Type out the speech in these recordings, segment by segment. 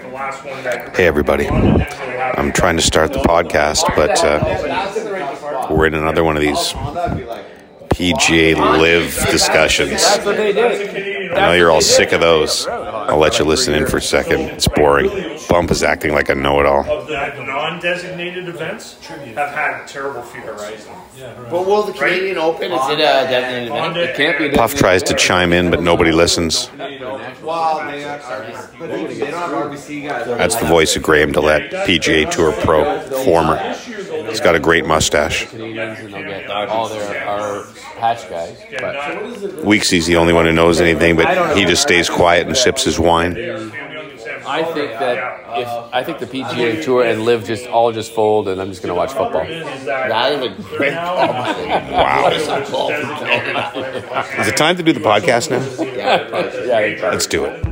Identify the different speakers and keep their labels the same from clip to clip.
Speaker 1: Hey, everybody. I'm trying to start the podcast, but uh, we're in another one of these PGA Live discussions.
Speaker 2: That's what they did.
Speaker 1: I know you're all sick of those. I'll let you listen in for a second. It's boring. Bump is acting like a know it all.
Speaker 3: of the non-designated events have had terrible future season.
Speaker 4: But will the Canadian Open is it a designated
Speaker 3: On
Speaker 4: event?
Speaker 3: to
Speaker 2: It can't be.
Speaker 1: Puff tries to chime in, but nobody listens.
Speaker 5: Wow, they got RBC. But they don't have RBC guys.
Speaker 1: That's the voice of Graham Dillette, PGA Tour pro, former. He's got a great mustache.
Speaker 4: Canadians and they'll get all their our patch guys. But
Speaker 1: Weeksy's the only one who knows anything, but he just stays quiet and sips his wine.
Speaker 4: I think that if I think the PGA Tour and Live just all just fold, and I'm just gonna watch football.
Speaker 3: That
Speaker 4: is a great
Speaker 1: Is it time to do the podcast now?
Speaker 4: Yeah,
Speaker 1: Let's do it.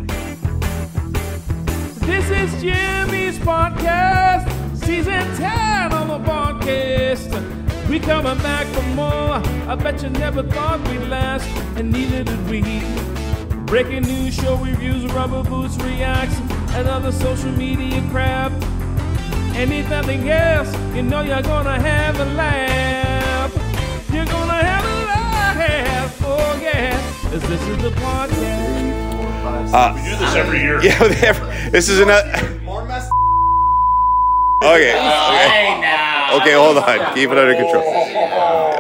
Speaker 6: This is Jimmy's podcast, season 10 on the podcast. We coming back for more. I bet you never thought we'd last, and neither did we. Breaking news, show reviews, rubber boots, reacts, and other social media crap. And if nothing else, you know you're gonna have a laugh. You're gonna have a laugh, oh yeah, 'cause this is the podcast.
Speaker 3: we do this every year.
Speaker 1: Yeah, they have- this is another. Okay. Okay. Okay, hold on. Keep it under control.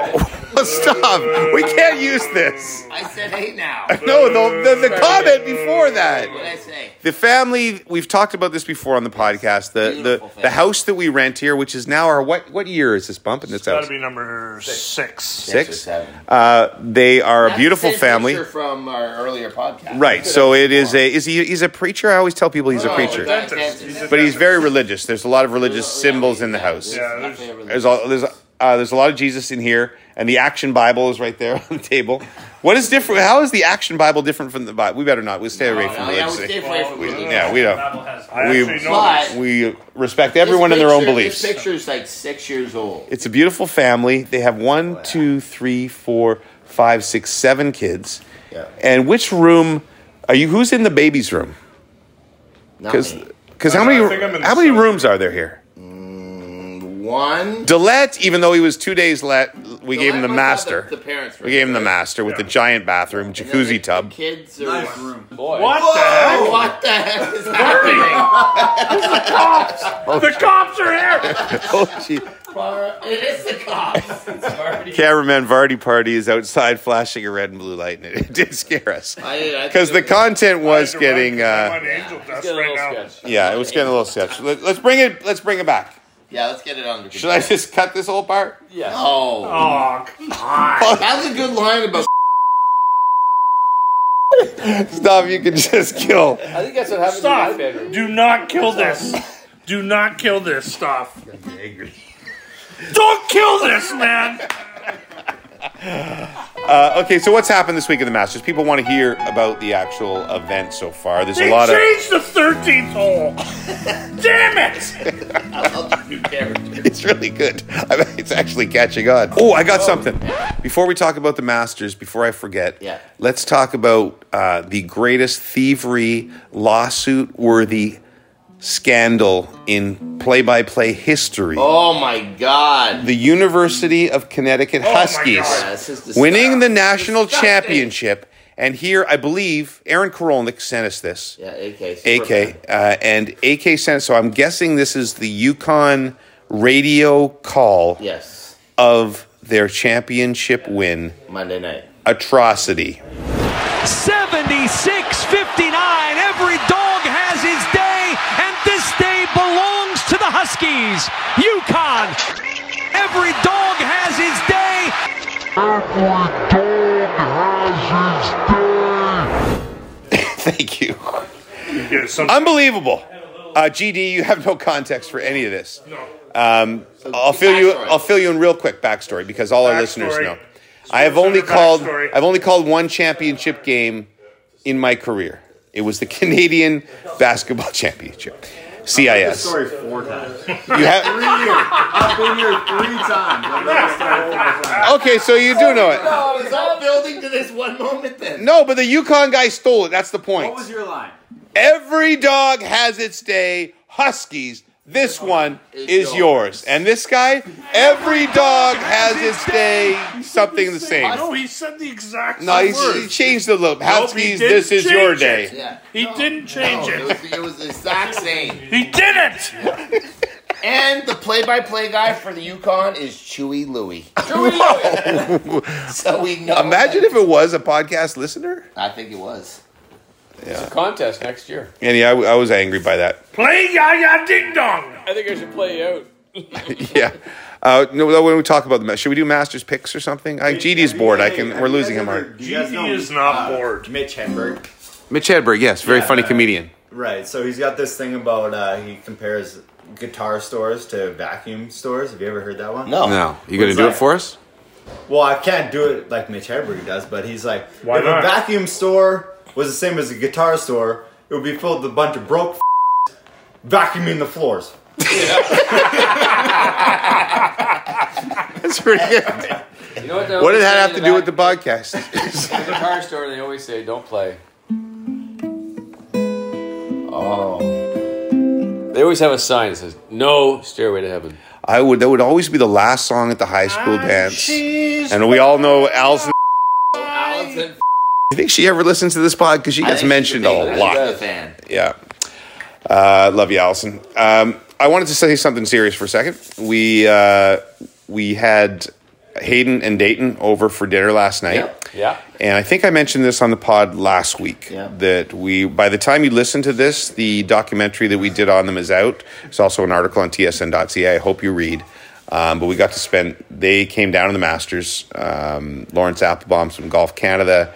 Speaker 1: Stop. We can't use this.
Speaker 4: I said eight now.
Speaker 1: No, the, the, the comment before that.
Speaker 4: I say?
Speaker 1: The family, we've talked about this before on the podcast. The, the, the house that we rent here, which is now our, what, what year is this bump in this
Speaker 3: That'd
Speaker 1: house?
Speaker 3: be number six.
Speaker 1: Six? Uh, they are a beautiful family.
Speaker 4: from our earlier podcast. Oh,
Speaker 1: Right. So it is a, is he, he's a preacher? I always tell people he's a
Speaker 3: He's
Speaker 1: preacher.
Speaker 3: a dentist. He's a
Speaker 1: But he's
Speaker 3: dentist.
Speaker 1: very religious. There's a lot of religious symbols in the house.
Speaker 3: Yeah, there's-
Speaker 1: There's a, there's uh, there's a lot of Jesus in here, and the Action Bible is right there on the table. What is different? How is the Action Bible different from the Bible? We better not. We stay away from
Speaker 4: Oh, yeah, we stay
Speaker 1: religion.
Speaker 4: away from
Speaker 1: We-
Speaker 4: religion.
Speaker 1: yeah, we don't.
Speaker 3: I
Speaker 1: We-
Speaker 3: actually know
Speaker 4: But-
Speaker 1: We respect everyone
Speaker 4: This
Speaker 1: in their own
Speaker 4: picture-
Speaker 1: beliefs.
Speaker 4: This picture's like six years old.
Speaker 1: It's a beautiful family. They have one, two, three, four, five, six, seven kids.
Speaker 4: Yeah.
Speaker 1: And which room are you? Who's in the baby's room?
Speaker 4: Not
Speaker 1: Because
Speaker 4: me.
Speaker 1: how
Speaker 3: I think I'm
Speaker 1: many
Speaker 3: in
Speaker 1: how
Speaker 3: the
Speaker 1: many
Speaker 3: south.
Speaker 1: rooms are there here?
Speaker 4: one.
Speaker 1: Dillette, even though he was two days late, we gave him the
Speaker 4: Dillette must have
Speaker 1: master.
Speaker 4: the- the parents'
Speaker 1: We gave him the
Speaker 4: room,
Speaker 1: master with the giant bathroom, jacuzzi tub.
Speaker 4: Kids are.
Speaker 3: What the heck?
Speaker 4: What the heck is happening? Oh,
Speaker 3: The cops are here.
Speaker 1: Oh, gee.
Speaker 4: It is the cops.
Speaker 1: Cameraman Vardy party is outside flashing a red and blue light, and it, it did scare us
Speaker 4: I- I-
Speaker 1: because the content was getting
Speaker 3: I'm
Speaker 1: uh,
Speaker 3: on angel dust right now.
Speaker 1: yeah, it was getting a little sketchy. Let, let's bring it. Let's bring it back.
Speaker 4: Yeah, let's get it under
Speaker 1: Should I just cut this whole part?
Speaker 4: Oh,
Speaker 3: Fuck.
Speaker 4: that's a good line about.
Speaker 1: Stop. You can just kill.
Speaker 4: I think that's what happened
Speaker 3: Stop. Do not kill this. Do not kill this stuff. Don't kill this, man.
Speaker 1: Uh, okay, so what's happened this week in the Masters? People want to hear about the actual event so far. There's
Speaker 3: They
Speaker 1: a lot of
Speaker 3: changed the 13th hole. Damn it.
Speaker 4: I love this new character.
Speaker 1: It's really good. I mean, it's actually catching on. Oh, I got something. Before we talk about the Masters, before I forget,
Speaker 4: Yeah.
Speaker 1: let's talk about uh, the greatest thievery lawsuit worthy scandal in play by play history.
Speaker 4: Oh my god.
Speaker 1: The University of Connecticut
Speaker 3: my
Speaker 1: Huskies
Speaker 3: God.
Speaker 4: Yeah, this is disgusting.
Speaker 1: winning the national
Speaker 4: Disgusting.
Speaker 1: championship. And here, I believe Aaron Korolnik sent us this.
Speaker 4: Yeah, AK.
Speaker 1: AK uh, and AK sent. So I'm guessing this is the Yukon radio call
Speaker 4: Yes,
Speaker 1: of their championship win
Speaker 4: Monday night.
Speaker 1: atrocity.
Speaker 6: 76 59. Every dog has his day, and this day belongs to the Huskies. Yukon. Every dog has his day.
Speaker 1: Thank you.
Speaker 3: Yeah, some-
Speaker 1: Unbelievable. Uh, GD, you have no context for any of this.
Speaker 3: No.
Speaker 1: Um, I'll fill you.
Speaker 4: backstory.
Speaker 1: I'll fill you in real quick backstory because all our listeners
Speaker 3: Backstory.
Speaker 1: know. I have only
Speaker 3: Sports Center
Speaker 1: called.
Speaker 3: backstory.
Speaker 1: I've only called one championship game in my career. It was the Canadian Basketball Championship, CIS.
Speaker 5: Story four times. Three years.
Speaker 1: You have.
Speaker 5: I've been here three times. I've heard this story four times.
Speaker 1: Okay, so you do know it.
Speaker 4: Oh, it's all building to this one moment then.
Speaker 1: No, but the Yukon guy stole it. That's the point.
Speaker 5: What was your line?
Speaker 1: Every dog has its day. Huskies, this one is yours. And this guy, every dog has its day. Something the same.
Speaker 3: No, he said the exact
Speaker 1: No,
Speaker 3: same
Speaker 1: he's, he
Speaker 3: word.
Speaker 1: changed the loop. Huskies,
Speaker 3: didn't
Speaker 1: this is your
Speaker 3: change it.
Speaker 1: day.
Speaker 5: Yeah.
Speaker 3: He didn't change
Speaker 5: No, Oh, it.
Speaker 3: it.
Speaker 5: was, it was the exact same.
Speaker 3: He didn't.
Speaker 5: And the play-by-play guy for the Yukon is Chewy Louie. Chewy Louie. so we know.
Speaker 1: Imagine
Speaker 5: that-
Speaker 1: if it was a podcast listener.
Speaker 5: I think it was.
Speaker 4: It's a contest next year.
Speaker 1: And yeah, I, I was angry by that.
Speaker 3: Play ya ya ding dong.
Speaker 4: I think I should play you out.
Speaker 1: yeah. Uh, no, when we talk about the ma- should we do Masters picks or something? I, GD's bored. I can. We're losing him. Art.
Speaker 2: Do you guys
Speaker 3: GD
Speaker 2: know
Speaker 3: is not bored.
Speaker 2: Mitch Hedberg?
Speaker 1: Mitch Hedberg, yes, very funny comedian.
Speaker 2: Right. So he's got this thing about uh, he compares guitar stores to vacuum stores. Have you ever heard that one?
Speaker 5: No.
Speaker 1: No, you gonna
Speaker 2: What's
Speaker 1: do it
Speaker 2: that?
Speaker 1: for us?
Speaker 2: Well, I can't do it like Mitch Hedberg does, but he's like,
Speaker 3: Why
Speaker 2: if
Speaker 3: not?
Speaker 2: a vacuum store was the same as a guitar store, it would be filled with a bunch of broke vacuuming the floors.
Speaker 1: That's pretty good.
Speaker 4: You know what?
Speaker 1: What did
Speaker 4: they always
Speaker 1: that
Speaker 4: say
Speaker 1: have
Speaker 4: in
Speaker 1: to do with the
Speaker 4: back-
Speaker 1: podcast?
Speaker 4: At the guitar store, they always say, "Don't play." Oh. They always have a sign that says, "No Stairway to Heaven."
Speaker 1: I would. That would always be the last song at the high school dance. And we all know Alison.
Speaker 5: Allison
Speaker 1: You think she ever listens to this pod? Because she
Speaker 5: I
Speaker 1: gets
Speaker 5: think
Speaker 1: mentioned
Speaker 5: she's
Speaker 1: a
Speaker 5: big-
Speaker 1: lot.
Speaker 5: she's a fan.
Speaker 1: Yeah. Uh, love you, Allison. Um, I wanted to say something serious for a second. We uh, we had Hayden and Dayton over for dinner last night.
Speaker 4: Yeah.
Speaker 1: And I think I mentioned this on the pod last week
Speaker 2: Yeah.
Speaker 1: that we, by the time you listen to this, the documentary that we did on them is out. It's also an article on tsn.ca. I hope you read. Um, but we got to spend, they came down to the Masters. Um, Lawrence Applebaum from Golf Canada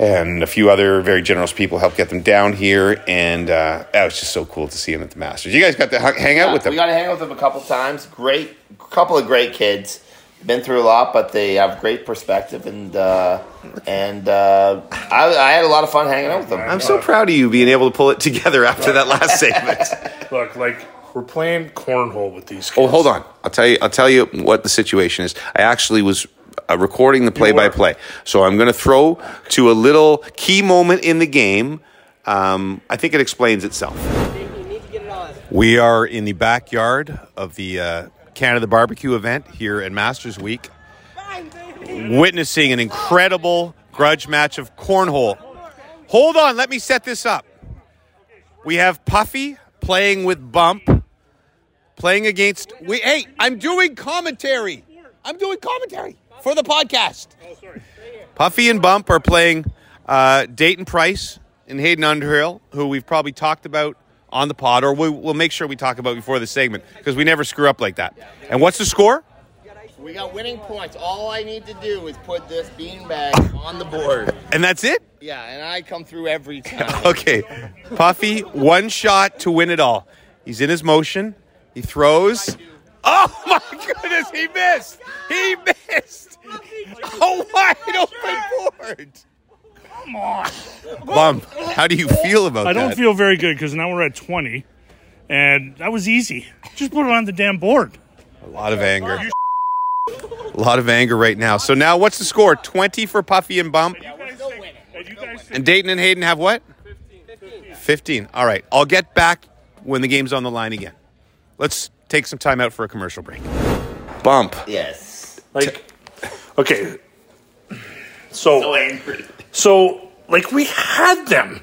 Speaker 1: and a few other very generous people helped get them down here. And uh, that was just so cool to see them at the Masters. You guys got to hu- hang out with them.
Speaker 5: We got to hang out with them a couple times. Great, couple of great kids. Been through a lot, but they have great perspective, and uh, and uh, I, I had a lot of fun hanging out with them.
Speaker 1: I'm so proud of you being able to pull it together after that last segment.
Speaker 3: Look, like we're playing cornhole with these. Kids.
Speaker 1: Oh, hold on. I'll tell you. I'll tell you what the situation is. I actually was uh, recording the play-by-play, so I'm going to throw to a little key moment in the game. Um, I think it explains itself. We are in the backyard of the uh, Canada Barbecue event here at Masters Week, witnessing an incredible grudge match of cornhole. Hold on, let me set this up. We have Puffy playing with Bump playing against we hey i'm doing commentary i'm doing commentary for the podcast puffy and bump are playing uh, dayton price and hayden underhill who we've probably talked about on the pod or we, we'll make sure we talk about before the segment because we never screw up like that and what's the score
Speaker 5: We got winning points. All I need to do is put this beanbag on the board.
Speaker 1: and that's it
Speaker 5: Yeah, and I come through every time.
Speaker 1: okay puffy one shot to win it all he's in his motion he throws oh my goodness he missed he missed a wide open board
Speaker 3: Come on.
Speaker 1: Bump, how do you feel about
Speaker 3: I
Speaker 1: that?
Speaker 3: don't feel very good because now we're at 20, and that was easy. Just put it on the damn board.
Speaker 1: a lot of anger. A lot of anger right now. So now what's the score? 20 for Puffy and Bump.
Speaker 3: And you guys
Speaker 1: And Dayton and Hayden have what? 15. All right. I'll get back when the game's on the line again. Let's take some time out for a commercial break. Bump.
Speaker 5: yes.
Speaker 3: like okay so so, like we had them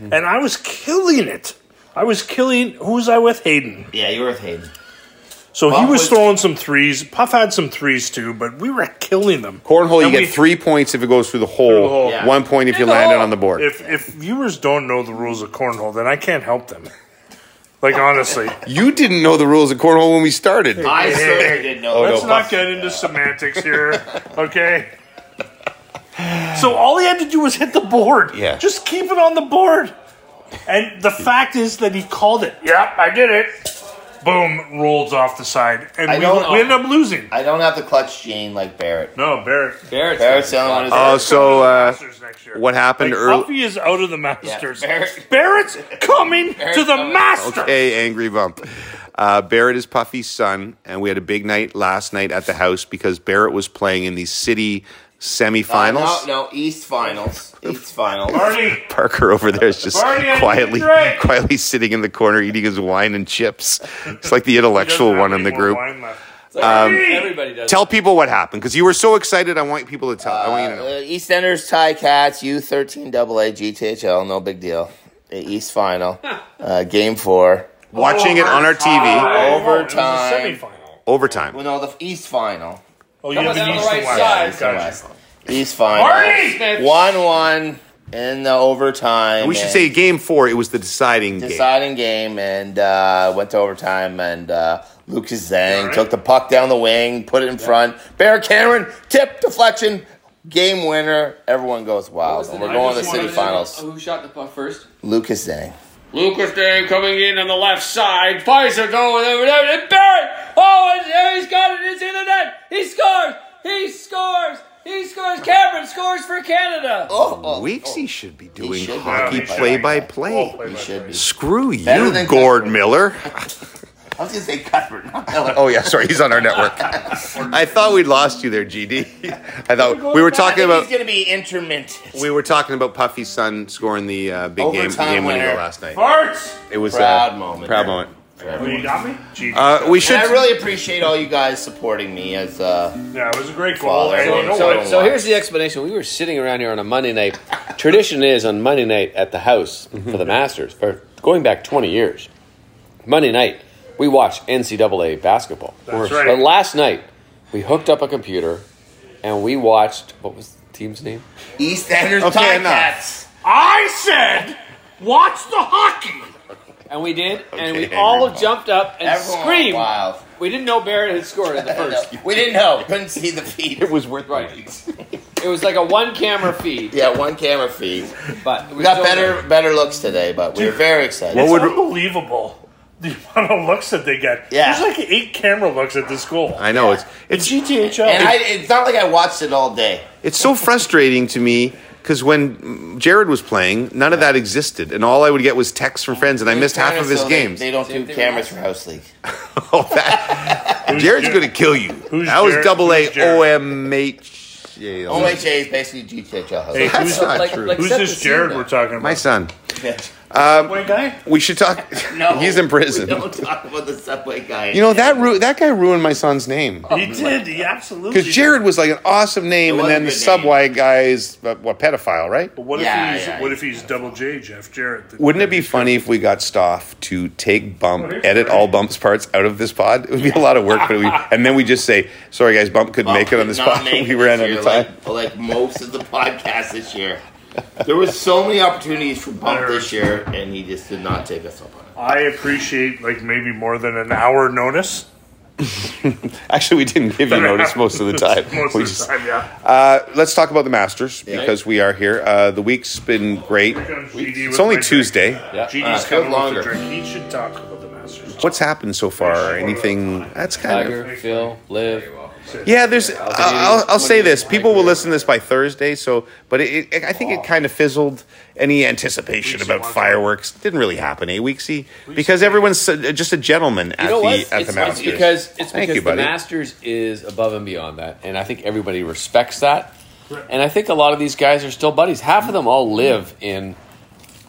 Speaker 3: and i was killing it i was killing who was i with hayden
Speaker 5: Yeah, you were with Hayden.
Speaker 3: so he
Speaker 5: Puff
Speaker 3: was,
Speaker 5: was-
Speaker 3: throwing some threes puff had some threes too but we were killing them
Speaker 1: Cornhole, you
Speaker 3: And
Speaker 1: get
Speaker 3: we-
Speaker 1: three points if it goes through the hole,
Speaker 3: hole.
Speaker 5: Yeah.
Speaker 1: one point if you land it on the board.
Speaker 3: if if viewers don't know the rules of cornhole then i can't help them like honestly
Speaker 1: you didn't know the rules of cornhole when we started.
Speaker 5: I certainly didn't know.
Speaker 1: Oh, no.
Speaker 5: that.
Speaker 3: let's not get into semantics here okay so all he had to do was hit the board
Speaker 1: Yeah.
Speaker 3: just keep it on the board and the fact is that he called it yep i did it boom rolls off the side and
Speaker 5: I
Speaker 3: we,
Speaker 5: don't-
Speaker 3: we ended up losing
Speaker 5: I don't have the clutch gene like Barrett.
Speaker 3: no barrett
Speaker 4: Barrett's,
Speaker 5: Barrett's the only one who's
Speaker 1: Oh, so uh,
Speaker 3: Masters next year.
Speaker 1: what happened
Speaker 3: like,
Speaker 1: early?
Speaker 3: Buffy is out of the Masters.
Speaker 5: Barrett-
Speaker 3: Barrett's coming to the
Speaker 5: coming.
Speaker 3: Masters.
Speaker 1: Okay, angry bump. Uh, Barrett is Puffy's son, and we had a big night last night at the house because Barrett was playing in the city Oh, semifinals.
Speaker 5: No, no, East Finals. East Finals.
Speaker 3: Barney,
Speaker 1: Parker over there is just
Speaker 3: Barney, I need a
Speaker 1: quietly
Speaker 3: drink.
Speaker 1: quietly sitting in the corner eating his wine and chips. It's like the intellectual one in the group.
Speaker 4: Everybody does.
Speaker 1: Tell people what happened because you were so excited. I want people to tell. I want you to know.
Speaker 5: Uh, EastEnders, Tie Cats, U13 AA, GTHL, no big deal. The East Final, uh, Game Four,
Speaker 1: Watching it on our TV,
Speaker 5: Overtime.
Speaker 1: overtime.
Speaker 5: well, no, the East Final,
Speaker 3: Oh, you have
Speaker 4: down
Speaker 3: an
Speaker 4: the
Speaker 3: East
Speaker 4: right
Speaker 3: and
Speaker 4: side.
Speaker 3: West.
Speaker 5: East, and
Speaker 3: Gotcha.
Speaker 5: West. East Final,
Speaker 3: Barney!
Speaker 5: one one in the overtime.
Speaker 1: We should
Speaker 5: and
Speaker 1: say game four. It was the deciding game.
Speaker 5: deciding game, and uh, went to overtime. And uh, Lucas Zhang
Speaker 3: Alright.
Speaker 5: took the puck down the wing, put it in front. Bear Cameron tip deflection. Game winner. Everyone goes wild. And we're going to the city finals.
Speaker 4: Who shot the puck first?
Speaker 5: Lucas Zhang.
Speaker 4: Lucas Dame coming in on the left side. Pfizer going over there. And Barrett! Oh, and there he's got it. It's in the net. He scores! He scores! He scores! Cameron scores for Canada!
Speaker 5: Oh, oh,
Speaker 1: Weeksy should be doing
Speaker 5: should be.
Speaker 1: hockey
Speaker 5: Yeah, he should.
Speaker 1: play by play.
Speaker 5: oh, he should be.
Speaker 1: Screw
Speaker 5: Better
Speaker 1: you,
Speaker 5: than
Speaker 1: Gord
Speaker 5: Cuthbert.
Speaker 1: Miller.
Speaker 5: I was gonna say Cuthbert. not Miller.
Speaker 1: Oh yeah, sorry, he's on our network. I thought we'd lost you there, GD. I thought we were talking
Speaker 5: I think
Speaker 1: about
Speaker 5: he's gonna be intermittent.
Speaker 1: we were talking about Puffy's son scoring the uh, big game
Speaker 5: Overtime
Speaker 1: game winning goal
Speaker 5: winner.
Speaker 1: last night.
Speaker 3: Farts!
Speaker 1: It was
Speaker 5: Proud
Speaker 1: a
Speaker 5: moment.
Speaker 1: Proud moment.
Speaker 3: Oh, you got me? Gee.
Speaker 1: Uh, we
Speaker 5: And
Speaker 1: should.
Speaker 5: I really appreciate all you guys supporting me as uh,
Speaker 3: yeah, it was a great goal. And you know
Speaker 5: So-
Speaker 3: what?
Speaker 4: So here's the explanation. We were sitting around here on a Monday night. Tradition is on Monday night at the house for the Masters for going back 20 years. Monday night, we watch NCAA basketball.
Speaker 3: That's right.
Speaker 4: But last night, we hooked up a computer and we watched what was the team's name?
Speaker 5: EastEnders
Speaker 1: Okay,
Speaker 5: Tie
Speaker 1: enough.
Speaker 5: Cats.
Speaker 3: I said, watch the hockey!
Speaker 4: And we did, and
Speaker 1: Okay,
Speaker 4: we all
Speaker 1: everyone.
Speaker 4: jumped up and
Speaker 5: Everyone
Speaker 4: screamed.
Speaker 5: wild.
Speaker 4: We didn't know Barrett had scored in the first.
Speaker 5: No, we didn't know. Couldn't see the feed.
Speaker 1: was worth
Speaker 4: right. It was like a one camera feed,
Speaker 5: Yeah, one camera feed.
Speaker 4: but
Speaker 5: We got better better looks today, but we were very excited.
Speaker 1: What
Speaker 3: It's
Speaker 1: would-
Speaker 3: unbelievable the amount of looks that they get.
Speaker 5: Yeah.
Speaker 3: There's like eight camera looks at this goal.
Speaker 1: I know it's
Speaker 3: It's
Speaker 1: it's
Speaker 3: GTHL.
Speaker 5: And I, it's not like I watched it all day.
Speaker 1: it's so frustrating to me because when Jared was playing, none of that existed, and all I would get was texts from friends, and I missed half of his
Speaker 5: So they-
Speaker 1: games.
Speaker 5: They, don't
Speaker 4: Same
Speaker 5: do
Speaker 4: thing
Speaker 5: cameras
Speaker 4: with
Speaker 5: for House League.
Speaker 1: Oh, that- Jared's going to kill you.
Speaker 3: Who's
Speaker 1: that was
Speaker 3: Jared?
Speaker 1: double A
Speaker 3: Who's Jared?
Speaker 1: O M H.
Speaker 5: OHA is basically GTHL House
Speaker 3: hey,
Speaker 5: League.
Speaker 1: That's
Speaker 3: who's,
Speaker 1: not
Speaker 4: like-
Speaker 1: true.
Speaker 4: like-
Speaker 3: who's
Speaker 4: set the
Speaker 3: this
Speaker 4: scene,
Speaker 3: Jared
Speaker 4: though.
Speaker 3: we're talking about?
Speaker 1: My son.
Speaker 3: Subway guy?
Speaker 1: We should talk.
Speaker 5: No,
Speaker 1: he's in prison.
Speaker 5: We don't talk about the subway guy.
Speaker 1: You know that ru- that guy ruined my son's name
Speaker 3: He did. He absolutely
Speaker 1: because Jared was like an awesome name, and
Speaker 5: It was a
Speaker 1: then the
Speaker 5: good
Speaker 1: subway guy is uh, what pedophile, right?
Speaker 3: But what
Speaker 5: Yeah,
Speaker 3: if he's
Speaker 5: yeah,
Speaker 3: what
Speaker 5: yeah.
Speaker 3: if he's double J Jeff Jarrett?
Speaker 1: Wouldn't it be funny if we got Stoff to take bump, edit all bumps parts out of this pod? It would be a lot of work, but we and then we just say, "Sorry guys, bump couldn't make it on this
Speaker 5: Not
Speaker 1: pod.
Speaker 5: make
Speaker 1: We
Speaker 5: it
Speaker 1: ran out
Speaker 5: this
Speaker 1: of
Speaker 5: year,
Speaker 1: time."
Speaker 5: Like, like most of the podcasts this year, there was so many opportunities for Bump this year, and he just did not take us up on it.
Speaker 3: I appreciate like maybe more than an hour notice.
Speaker 1: Actually, we didn't give you notice most of the time.
Speaker 3: Most
Speaker 1: We
Speaker 3: of
Speaker 1: just-
Speaker 3: the time, yeah.
Speaker 1: Uh, let's talk about the Masters because we are here. Uh, the week's been great. It's only Tuesday.
Speaker 3: GD's
Speaker 5: Uh,
Speaker 3: coming
Speaker 5: longer.
Speaker 3: longer. With a drink. He should talk about the Masters.
Speaker 1: What's happened so far? Anything that's kind of
Speaker 4: Tiger, Phil, Liv.
Speaker 1: yeah. There's. I'll, I'll, I'll say this: people will listen to this by Thursday. So, but it, it, I think it kind of fizzled any anticipation about fireworks. Didn't really happen, eh, Weeksy? Because everyone's uh, just a gentleman at
Speaker 4: You know what?
Speaker 1: the at
Speaker 4: it's,
Speaker 1: the
Speaker 4: it's
Speaker 1: Masters.
Speaker 4: because
Speaker 1: Thank
Speaker 4: it's because
Speaker 1: you,
Speaker 4: the
Speaker 1: buddy.
Speaker 4: Masters is above and beyond that, and I think everybody respects that. And I think a lot of these guys are still buddies. Half of them all live in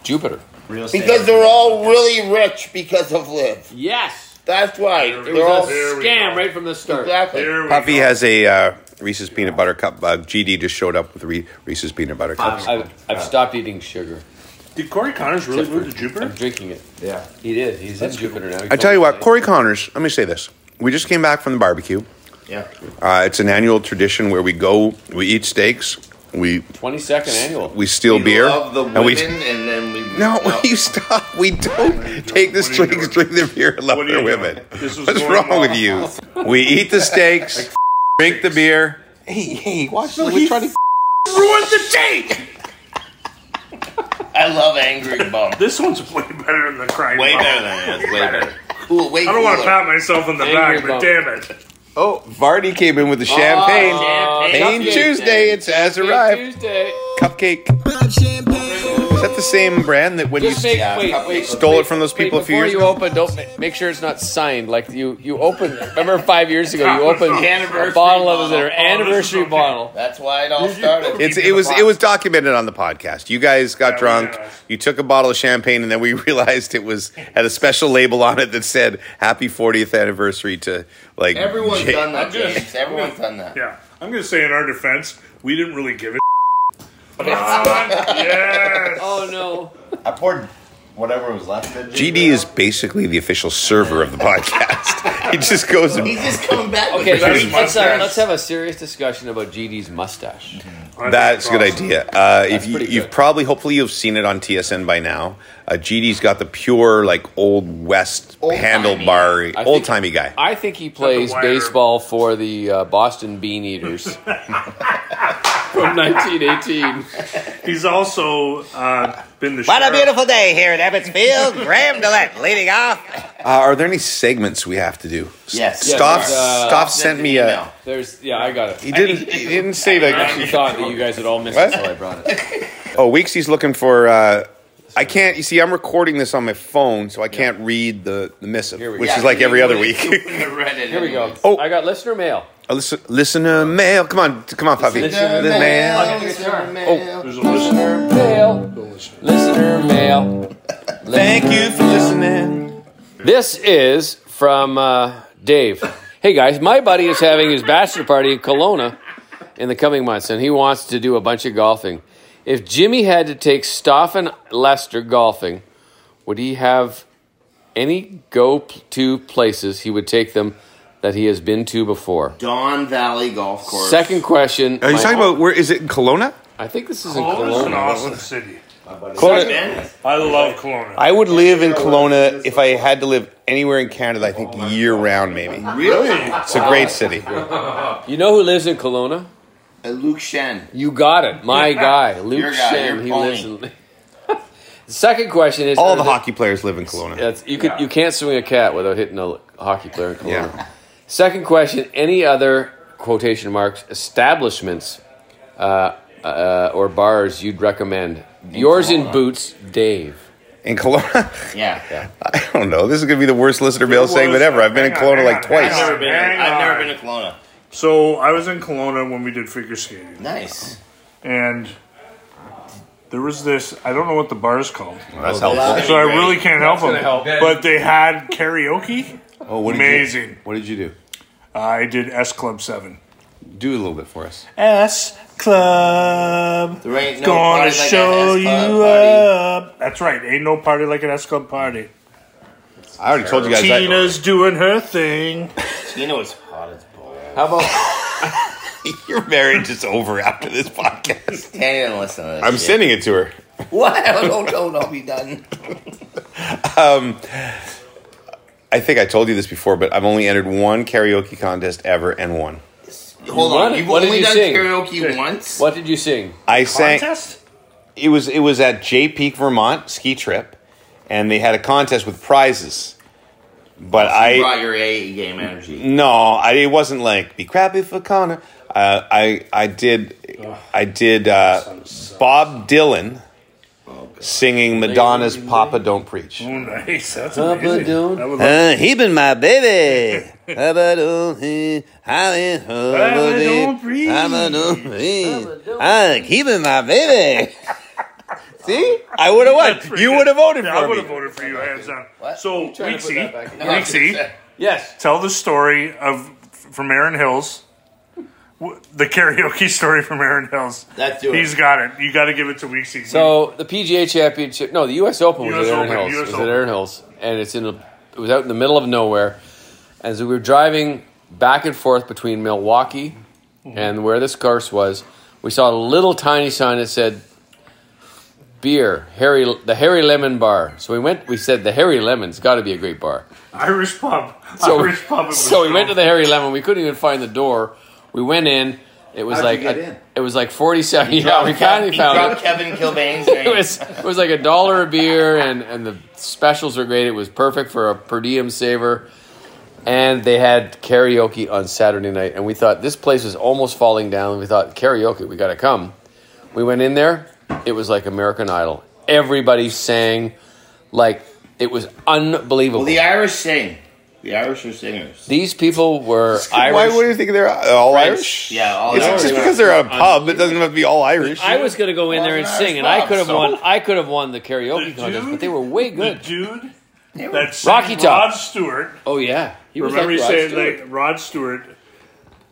Speaker 4: Jupiter.
Speaker 5: Because they're all really rich because of Live.
Speaker 4: Yes,
Speaker 5: That's why.
Speaker 3: It
Speaker 5: They're all
Speaker 3: There we
Speaker 4: scam
Speaker 3: go.
Speaker 4: right from the start.
Speaker 5: exactly.
Speaker 3: There we
Speaker 1: Puffy
Speaker 3: go.
Speaker 1: has a uh, Reese's peanut butter cup. Uh, GD just showed up with Re- Reese's peanut butter cups.
Speaker 4: I've, I've stopped eating sugar.
Speaker 3: Did Corey Connors really
Speaker 4: Except
Speaker 3: move
Speaker 4: for-
Speaker 3: to Jupiter?
Speaker 4: I'm drinking it.
Speaker 5: Yeah.
Speaker 4: He did. He's in Jupiter now. He
Speaker 1: I
Speaker 4: told
Speaker 1: tell you
Speaker 4: me
Speaker 1: what,
Speaker 4: today.
Speaker 1: Corey Connors. Let me say this: we just came back from the barbecue.
Speaker 5: Yeah.
Speaker 1: Uh, it's an annual tradition where we go, we eat steaks, we
Speaker 4: 22nd annual.
Speaker 1: we steal
Speaker 5: We
Speaker 1: beer,
Speaker 5: love the women,
Speaker 1: and we.
Speaker 5: and then we.
Speaker 1: No, you stop. We don't take the
Speaker 3: What are you
Speaker 1: steaks,
Speaker 3: doing?
Speaker 1: drink the beer, and love
Speaker 3: What are
Speaker 1: the
Speaker 3: you doing?
Speaker 1: women.
Speaker 3: This was
Speaker 1: What's
Speaker 3: going
Speaker 1: wrong
Speaker 3: on.
Speaker 1: with you? We eat the steaks, drink the beer. Hey, hey, watch this. We're trying to.
Speaker 3: Ruined the date.
Speaker 5: I love Angry Bump.
Speaker 3: This one's way better than the crying.
Speaker 5: way
Speaker 3: Mouth.
Speaker 5: better than that. It's way better. Cool. Way
Speaker 3: I don't want to
Speaker 5: cooler.
Speaker 3: pat myself on the
Speaker 4: Angry
Speaker 3: back, but
Speaker 4: Bump.
Speaker 3: damn it.
Speaker 1: Oh, Vardy came in with the champagne.
Speaker 4: Oh, champagne.
Speaker 1: Pain
Speaker 4: Cupcake
Speaker 1: Tuesday, it has arrived.
Speaker 4: Tuesday.
Speaker 1: Cupcake.
Speaker 7: Pop champagne.
Speaker 1: Is that the same brand that when
Speaker 4: Just
Speaker 1: you
Speaker 4: make
Speaker 5: Yeah,
Speaker 4: wait,
Speaker 5: couple-
Speaker 4: wait,
Speaker 1: stole
Speaker 4: wait,
Speaker 1: it from those
Speaker 4: wait,
Speaker 1: people a few
Speaker 4: before
Speaker 1: years
Speaker 4: you
Speaker 1: ago?
Speaker 4: open, don't ma- make sure it's not signed. Like you, you open. Remember five years ago, you opened
Speaker 7: Anniversary
Speaker 4: a bottle of it,
Speaker 7: bottle.
Speaker 4: an
Speaker 7: Oh, this is
Speaker 4: anniversary
Speaker 7: okay.
Speaker 4: bottle.
Speaker 5: That's why it all started.
Speaker 1: It's it was it was documented on the podcast. You guys got drunk. You took a bottle of champagne, and then we realized it was had a special label on it that said "Happy 40th Anniversary" to like
Speaker 5: Everyone's
Speaker 1: Jay-
Speaker 5: done that,
Speaker 3: I'm just-
Speaker 5: James. Everyone's done that.
Speaker 3: Yeah, I'm gonna say in our defense, we didn't really give a. yes.
Speaker 4: Oh no!
Speaker 5: I poured whatever was left. in
Speaker 1: GD is basically the official server of the podcast. he just goes and
Speaker 5: He's just coming back. with
Speaker 4: Okay,
Speaker 5: it.
Speaker 4: let's, let's, uh,
Speaker 3: mustache.
Speaker 4: let's have a serious discussion about GD's mustache.
Speaker 1: That's a good
Speaker 3: awesome.
Speaker 1: idea. Uh, if you,
Speaker 4: pretty
Speaker 1: you've
Speaker 4: good.
Speaker 1: probably, hopefully, you've seen it on TSN by now. Uh, GD's got the pure, like old west
Speaker 5: Old-timey.
Speaker 1: handlebar,
Speaker 4: I
Speaker 1: old
Speaker 4: think-
Speaker 1: timey guy.
Speaker 4: I think he plays
Speaker 3: wire.
Speaker 4: baseball for the uh, Boston Bean Eaters from 1918.
Speaker 3: He's also uh, been the.
Speaker 8: What a
Speaker 3: sheriff.
Speaker 8: beautiful day here at Ebbets Field. Graham Dillette leading off.
Speaker 1: Uh, are there any segments we have to do?
Speaker 5: Yes.
Speaker 1: S- Stoff,
Speaker 4: there's, uh,
Speaker 1: Stoff sent me
Speaker 5: Email.
Speaker 1: a.
Speaker 4: There's yeah, I got it.
Speaker 1: He didn't. He didn't say
Speaker 4: I actually
Speaker 1: like.
Speaker 4: thought that you guys had all missed
Speaker 1: What?
Speaker 4: it until I brought it.
Speaker 1: Oh, Weeksy's looking for. Uh, I can't. You see, I'm recording this on my phone, so I can't read the the missive,
Speaker 4: we
Speaker 1: which
Speaker 4: go.
Speaker 1: is like every other week.
Speaker 4: Here we go.
Speaker 1: Oh.
Speaker 4: I got listener mail.
Speaker 1: Uh, listen, listener mail. Come on, come on, puppy.
Speaker 4: Listener
Speaker 1: Listener mail.
Speaker 3: There's a list.
Speaker 4: Listener mail. Listener mail.
Speaker 1: Thank you for listening.
Speaker 4: This is from uh, Dave. Hey guys, my buddy is having his bachelor party in Kelowna in the coming months, and he wants to do a bunch of golfing. If Jimmy had to take Stoff and Lester golfing, would he have any go-to places he would take them that he has been to before?
Speaker 5: Dawn Valley Golf Course.
Speaker 4: Second question.
Speaker 1: Are you
Speaker 4: my-
Speaker 1: talking about where is it in Kelowna?
Speaker 4: I think this is in
Speaker 3: Kelowna's an
Speaker 4: Kelowna.
Speaker 3: awesome city.
Speaker 5: Second.
Speaker 3: I love Kelowna.
Speaker 1: I would live in Kelowna if I had to live anywhere in Canada. I think year round, maybe.
Speaker 5: Really?
Speaker 1: It's a great city.
Speaker 4: You know who lives in Kelowna?
Speaker 5: Uh, Luke Shen.
Speaker 4: You got it, my guy, Luke
Speaker 5: Your guy,
Speaker 4: Shen.
Speaker 5: your
Speaker 4: He
Speaker 5: pony.
Speaker 4: lives in. The Second question is
Speaker 1: All
Speaker 4: are
Speaker 1: the hockey players live in Kelowna.
Speaker 4: That's, you could you can't swing a cat without hitting a l- hockey player in Kelowna.
Speaker 1: Yeah.
Speaker 4: Second question: Any other quotation marks establishments uh, uh, or bars you'd recommend? Yours in boots, Dave.
Speaker 1: In Kelowna?
Speaker 5: Yeah.
Speaker 1: I don't know. This is going to be the worst listener mail
Speaker 3: was-
Speaker 1: segment ever. I've been in
Speaker 3: hang on,
Speaker 1: Kelowna like
Speaker 3: hang on,
Speaker 1: twice.
Speaker 3: hang on. Hang on.
Speaker 5: to Kelowna.
Speaker 3: So I was in Kelowna when we did figure skating,
Speaker 5: Nice.
Speaker 3: and there was this. I don't know what the bar is called,
Speaker 1: That's helpful.
Speaker 3: so I really can't help them.
Speaker 4: help.
Speaker 3: But they had karaoke.
Speaker 1: Oh, what
Speaker 3: Amazing.
Speaker 1: You, what did you do?
Speaker 3: I did S Club Seven.
Speaker 1: Do a little bit for us.
Speaker 3: S Club.
Speaker 5: There ain't no
Speaker 3: Gonna
Speaker 5: party like an
Speaker 3: show
Speaker 5: S
Speaker 3: you
Speaker 5: Club party.
Speaker 3: up. That's right. Ain't no party like an S Club party.
Speaker 1: I already told you guys that.
Speaker 3: Tina's doing her thing.
Speaker 5: Tina was hot as balls.
Speaker 4: How about
Speaker 1: Your marriage is over after this podcast.
Speaker 5: Can't even listen to this.
Speaker 1: I'm
Speaker 5: shit.
Speaker 1: sending it to her.
Speaker 5: What? Oh, no, no, no, be done.
Speaker 1: I think I told you this before, but I've only entered one karaoke contest ever and won.
Speaker 5: Hold
Speaker 4: What?
Speaker 5: on. You've
Speaker 4: What did
Speaker 5: only
Speaker 4: you
Speaker 5: done
Speaker 4: sing?
Speaker 5: karaoke once?
Speaker 4: what did you sing?
Speaker 1: I sang.
Speaker 3: Contest?
Speaker 1: it was it was at J Peak Vermont ski trip, and they had a contest with prizes. But
Speaker 5: You
Speaker 1: I
Speaker 5: brought your A game energy.
Speaker 1: no, I it wasn't like be crappy for Connor. Uh, I I did I did uh, Bob Dylan singing Madonna's "Papa Don't Preach."
Speaker 3: Oh, nice. That's
Speaker 4: Papa
Speaker 3: amazing.
Speaker 4: don't-
Speaker 3: I would love-
Speaker 1: Uh, he been my baby. Papa don't preach. I ain't
Speaker 3: Papa
Speaker 1: hungry.
Speaker 3: don't breathe.
Speaker 1: Papa don't preach. I keep it my baby. See, I would have won. You would have voted
Speaker 3: Yeah, I
Speaker 1: for
Speaker 3: would have
Speaker 1: me.
Speaker 3: voted for you, hands down. So,
Speaker 4: trying to
Speaker 3: Weeksy,
Speaker 4: put that back in.
Speaker 3: Weeksy,
Speaker 4: Yes.
Speaker 3: tell the story of from Aaron Hills, w- the karaoke story from Aaron Hills.
Speaker 5: Let's do it.
Speaker 3: He's got it. You got to give it to Weeksy.
Speaker 4: So the PGA Championship, no, the U.S. Open was
Speaker 3: US
Speaker 4: at Erin
Speaker 3: Open,
Speaker 4: Hills.
Speaker 3: US
Speaker 4: It was at
Speaker 3: Open.
Speaker 4: Erin Hills, and it's in a, it was out in the middle of nowhere. And so we were driving back and forth between Milwaukee and where this course was. We saw a little tiny sign that said "Beer Harry, the Harry Lemon Bar." So we went. We said the Harry Lemon's got to be a great bar.
Speaker 3: Irish pub.
Speaker 4: So,
Speaker 3: Irish pub. it was
Speaker 4: so we
Speaker 3: called.
Speaker 4: went to the Harry Lemon. We couldn't even find the door. We went in. It was like
Speaker 5: get
Speaker 4: a-
Speaker 5: in?
Speaker 4: it was like forty seven. Yeah, we finally
Speaker 5: He
Speaker 4: found it
Speaker 5: dropped Kevin Kilbane's
Speaker 4: it
Speaker 5: name.
Speaker 4: was it was like a dollar a beer, and and the specials were great. It was perfect for a per diem saver, and they had karaoke on Saturday night. And we thought this place was almost falling down. We thought karaoke, we got to come. We went in there. It was like American Idol. everybody sang like it was unbelievable.
Speaker 5: Well, the Irish sing. The Irish are singers.
Speaker 4: These people were Irish.
Speaker 1: Why would you think they're all
Speaker 5: French.
Speaker 1: Irish?
Speaker 5: Yeah, all
Speaker 1: it's
Speaker 5: Irish.
Speaker 1: just because they're at a pub. It doesn't have to be all Irish.
Speaker 4: I was gonna go in there and
Speaker 5: Well,
Speaker 4: sing, and
Speaker 5: that's
Speaker 4: I could have
Speaker 5: so-
Speaker 4: won. I could have won the karaoke
Speaker 3: The
Speaker 4: contest,
Speaker 3: dude-
Speaker 4: but they were way good.
Speaker 3: The dude that sang
Speaker 4: Rocky Top.
Speaker 3: Rod Stewart.
Speaker 4: Oh yeah, he was
Speaker 3: Remember
Speaker 4: like
Speaker 3: you
Speaker 4: Rod
Speaker 3: saying
Speaker 4: Stewart.
Speaker 3: like Rod Stewart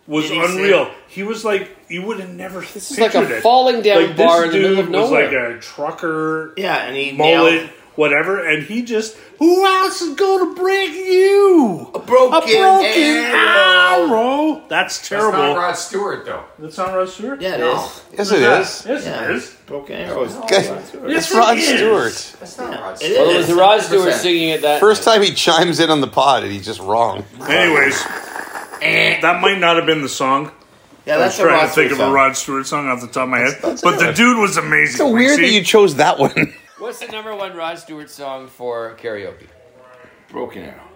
Speaker 3: was
Speaker 5: he sing?
Speaker 3: unreal. He was like you would have never. This
Speaker 4: is like a falling down bar in the middle of
Speaker 3: Was like
Speaker 4: nowhere.
Speaker 3: a trucker
Speaker 5: Yeah, and he
Speaker 3: mullet,
Speaker 5: nailed
Speaker 3: whatever, and he just who else is going to break you?
Speaker 5: a broken,
Speaker 3: A broken
Speaker 5: arrow.
Speaker 3: arrow. That's
Speaker 9: That's
Speaker 3: terrible.
Speaker 9: not Rod Stewart, though.
Speaker 3: That's not Rod Stewart.
Speaker 5: Yeah, it is.
Speaker 1: yes, it is.
Speaker 3: Yes,
Speaker 5: Yeah.
Speaker 3: it is.
Speaker 5: Broken arrow. is-
Speaker 1: It's Rod Stewart.
Speaker 9: That's not Rod
Speaker 5: It
Speaker 9: Stewart.
Speaker 4: Well, it was
Speaker 5: is.
Speaker 4: the Rod Stewart singing it that
Speaker 1: First time he chimes in on the pod, and he's just wrong.
Speaker 3: Anyways,
Speaker 9: Eh.
Speaker 3: that might not have been the song.
Speaker 5: Yeah,
Speaker 3: I
Speaker 5: that's
Speaker 3: was trying to think
Speaker 5: Rod Stewart
Speaker 3: of a
Speaker 5: song.
Speaker 3: Rod Stewart song off the top of my head, but the dude was amazing.
Speaker 1: So weird that
Speaker 3: Lexi.
Speaker 1: you chose that one.
Speaker 4: What's the number one Rod Stewart song for karaoke?
Speaker 5: Broken arrow.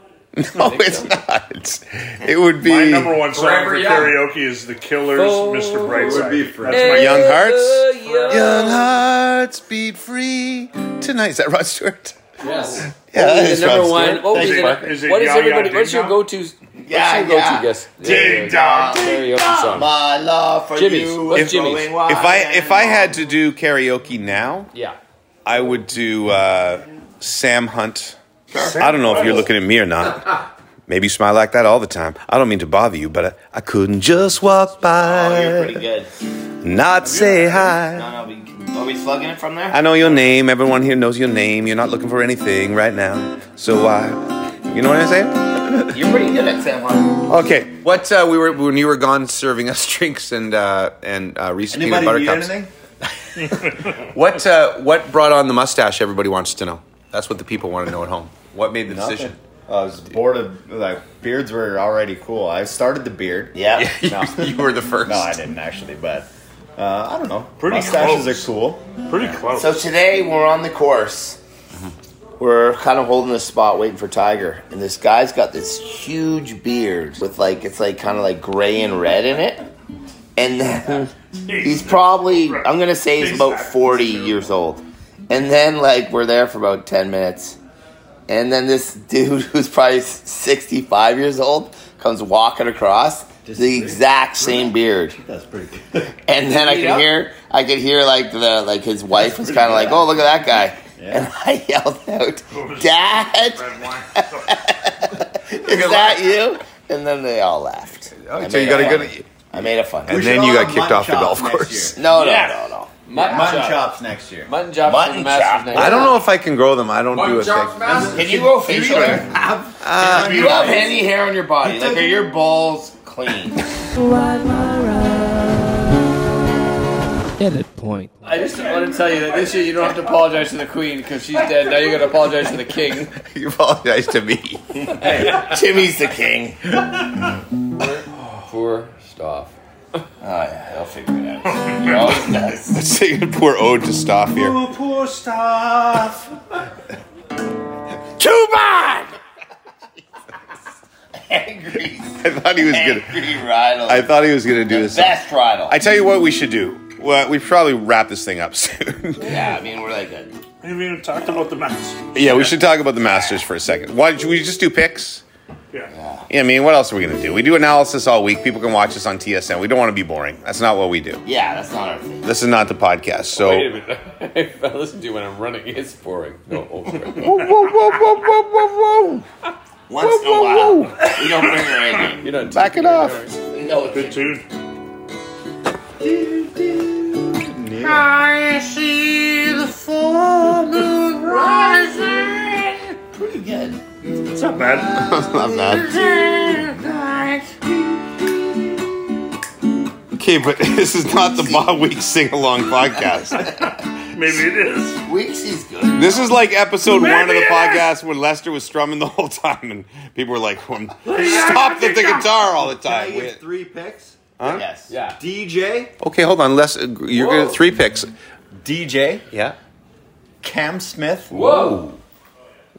Speaker 1: No, it's not. It would be
Speaker 3: My number one song
Speaker 9: Forever
Speaker 3: for
Speaker 9: Young.
Speaker 3: karaoke is The Killers,
Speaker 4: Oh.
Speaker 3: Mr. Brightside.
Speaker 2: Would be
Speaker 3: That's
Speaker 2: Forever
Speaker 3: my-
Speaker 1: Young Hearts.
Speaker 4: Yeah.
Speaker 1: Young hearts beat free tonight. Is that Rod Stewart?
Speaker 9: Yes.
Speaker 1: Yeah, that is
Speaker 4: The number
Speaker 1: Rod
Speaker 4: one.
Speaker 1: Stewart.
Speaker 4: What was
Speaker 1: Thank
Speaker 4: it?
Speaker 1: you, Mark.
Speaker 3: Is it
Speaker 4: What is
Speaker 3: Ya Ya
Speaker 4: everybody?
Speaker 3: Ding
Speaker 4: What's your
Speaker 3: Dong?
Speaker 4: go-to? What's
Speaker 5: Yeah,
Speaker 4: your go-to
Speaker 5: yeah.
Speaker 4: guess?
Speaker 3: Ding
Speaker 5: dong,
Speaker 4: Karaoke song.
Speaker 5: My love for
Speaker 4: Jimmy's.
Speaker 5: you.
Speaker 4: What's
Speaker 5: is
Speaker 4: Jimmy's?
Speaker 5: growing wide
Speaker 1: If I if I
Speaker 5: and
Speaker 1: had to do karaoke now,
Speaker 4: Yeah.
Speaker 1: I would do uh, Sam Hunt. I don't know if you're looking at me or not. Maybe you smile like that all the time. I don't mean to bother you, but I, I couldn't just walk
Speaker 5: long. Oh, you're pretty
Speaker 1: by,
Speaker 5: good.
Speaker 1: not say hi.
Speaker 5: No, no, we can, are we slugging it from there?
Speaker 1: I know your name. Everyone here knows your name. You're not looking for anything right now, so I, you know what I'm saying?
Speaker 5: You're pretty good at San Juan.
Speaker 1: Okay, what uh, we were when you were gone serving us drinks and uh, and uh, Reese's peanut butter cups. What uh, what brought on the mustache? Everybody wants to know. That's what the people want to know at home. What made the decision?
Speaker 2: I was bored Uh, of like beards were already cool. I started the beard.
Speaker 5: Yeah.
Speaker 1: You, you were the first.
Speaker 2: No, I didn't actually, but uh, I don't know.
Speaker 3: Pretty
Speaker 2: Mustaches
Speaker 3: close.
Speaker 2: are cool.
Speaker 3: Pretty close.
Speaker 5: So today we're on the course. We're kind of holding this spot, waiting for Tiger, and this guy's got this huge beard with like it's like kind of like gray and red in it, and he's probably I'm gonna say he's about 40 years old. And then like we're there for about 10 minutes, and then this dude who's probably 65 years old comes walking across the exact same beard.
Speaker 2: That's pretty good.
Speaker 5: And then I could hear, I could hear like the like his wife was kind of like, "Oh, look at that guy," and I yelled out, "Dad,
Speaker 3: Red wine.
Speaker 5: is that you?" And then they all laughed. I
Speaker 1: so you
Speaker 5: made
Speaker 1: got a
Speaker 5: it
Speaker 1: good,
Speaker 5: funny. I made it fun.
Speaker 1: and then you got kicked off the golf course.
Speaker 5: No, no,
Speaker 3: Yeah.
Speaker 5: no, no.
Speaker 4: Mutton
Speaker 2: Mutton
Speaker 4: chop.
Speaker 2: chops next year.
Speaker 4: Mutton chop.
Speaker 5: Mutton
Speaker 4: Mutton chop.
Speaker 5: chop.
Speaker 1: I don't know if I can grow them. I don't do
Speaker 9: Mutton
Speaker 1: a
Speaker 9: Chops
Speaker 1: thing.
Speaker 9: Master.
Speaker 5: Can you grow facial hair?
Speaker 2: Have-
Speaker 5: You have any hair on your body? Like are your balls clean?
Speaker 10: Edit point.
Speaker 4: I just want to tell you that this year you don't have to apologize to the queen because she's dead. Now you got to apologize to the king.
Speaker 1: You apologize to me.
Speaker 5: Jimmy's the king. Oh
Speaker 4: Poor stuff.
Speaker 5: yeah, I'll figure it out. You're always nice.
Speaker 1: Let's sing a poor ode to Staff here.
Speaker 3: Oh, poor stuff.
Speaker 1: Too bad.
Speaker 5: Angry,
Speaker 1: I thought he was gonna.
Speaker 5: angry Riddle.
Speaker 1: I thought he was gonna do this.
Speaker 5: Best Riddle.
Speaker 1: I tell you what, we should do. Well, we probably wrap this thing up soon.
Speaker 5: Yeah, I mean we're like a
Speaker 3: We haven't even talked about the match.
Speaker 1: Yeah, we should talk about the Masters for a second. Why don't we just do picks?
Speaker 3: Yeah.
Speaker 1: Yeah, I mean, what else are we going to do? We do analysis all week. People can watch us on TSN. We don't want to be boring. That's not what we do.
Speaker 5: yeah. That's not our thing.
Speaker 1: This is not the podcast. So,
Speaker 4: Wait a minute. if I listen to you when I'm running, it's boring. No, over.
Speaker 1: whoa, whoa, whoa, whoa, whoa, whoa, whoa.
Speaker 5: Once
Speaker 1: Whoa, whoa,
Speaker 5: in a while, we don't bring her in.
Speaker 4: You're not
Speaker 1: Back it off.
Speaker 5: No, it's
Speaker 3: Good tune.
Speaker 5: pretty good.
Speaker 3: It's not bad.
Speaker 1: not bad. Okay, but this is not the Bob Week sing along podcast.
Speaker 3: Maybe it is.
Speaker 5: Weeksy's good.
Speaker 1: This is like episode one of the
Speaker 3: Maybe it
Speaker 1: podcast when Lester was strumming the whole time and people were like, stop the, the guitar all the
Speaker 2: Can I
Speaker 1: time.
Speaker 2: give three picks?
Speaker 5: Yes.
Speaker 4: Yeah.
Speaker 2: DJ,
Speaker 1: Okay, hold on. Les, uh, you're going to three picks.
Speaker 2: DJ,
Speaker 1: Yeah.
Speaker 2: Cam Smith,
Speaker 4: Whoa.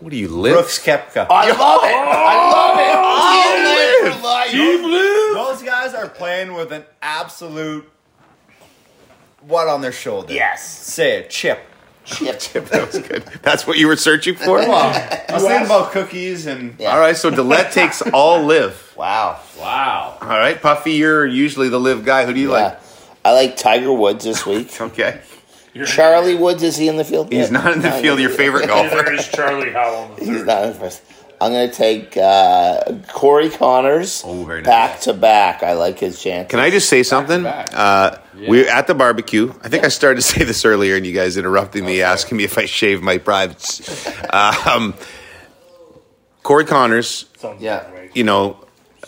Speaker 1: What are you, live?
Speaker 2: Brooks Kepka.
Speaker 5: I love it. I love it. Team Live.
Speaker 2: Those guys are playing with an absolute what on their shoulder?
Speaker 5: Yes.
Speaker 2: Say it, chip.
Speaker 5: Yep.
Speaker 1: that was good. That's what you were searching for?
Speaker 2: I was thinking about cookies and
Speaker 5: Yeah.
Speaker 1: All right, so Dillette takes all live.
Speaker 5: Wow.
Speaker 4: Wow.
Speaker 1: All right, Puffy, you're usually the live guy. Who do you
Speaker 5: Yeah. I like Tiger Woods this week.
Speaker 1: like? Okay.
Speaker 5: Charlie Woods is he in the field?
Speaker 1: He's
Speaker 5: Yeah.
Speaker 1: not in the field, your favorite golfer.
Speaker 3: There is Charlie Howell. in the
Speaker 5: He's
Speaker 3: third.
Speaker 5: not in the first. I'm gonna take uh, Corey Connors
Speaker 1: Oh, very nice.
Speaker 5: back to back. I like his chance.
Speaker 1: Can I just say something? Uh, We're at the barbecue. I think I started to say this earlier, and you guys interrupted me, asking me if I shave my privates. um, Corey Connors,
Speaker 3: Sounds
Speaker 5: Yeah.
Speaker 3: right.
Speaker 1: you know,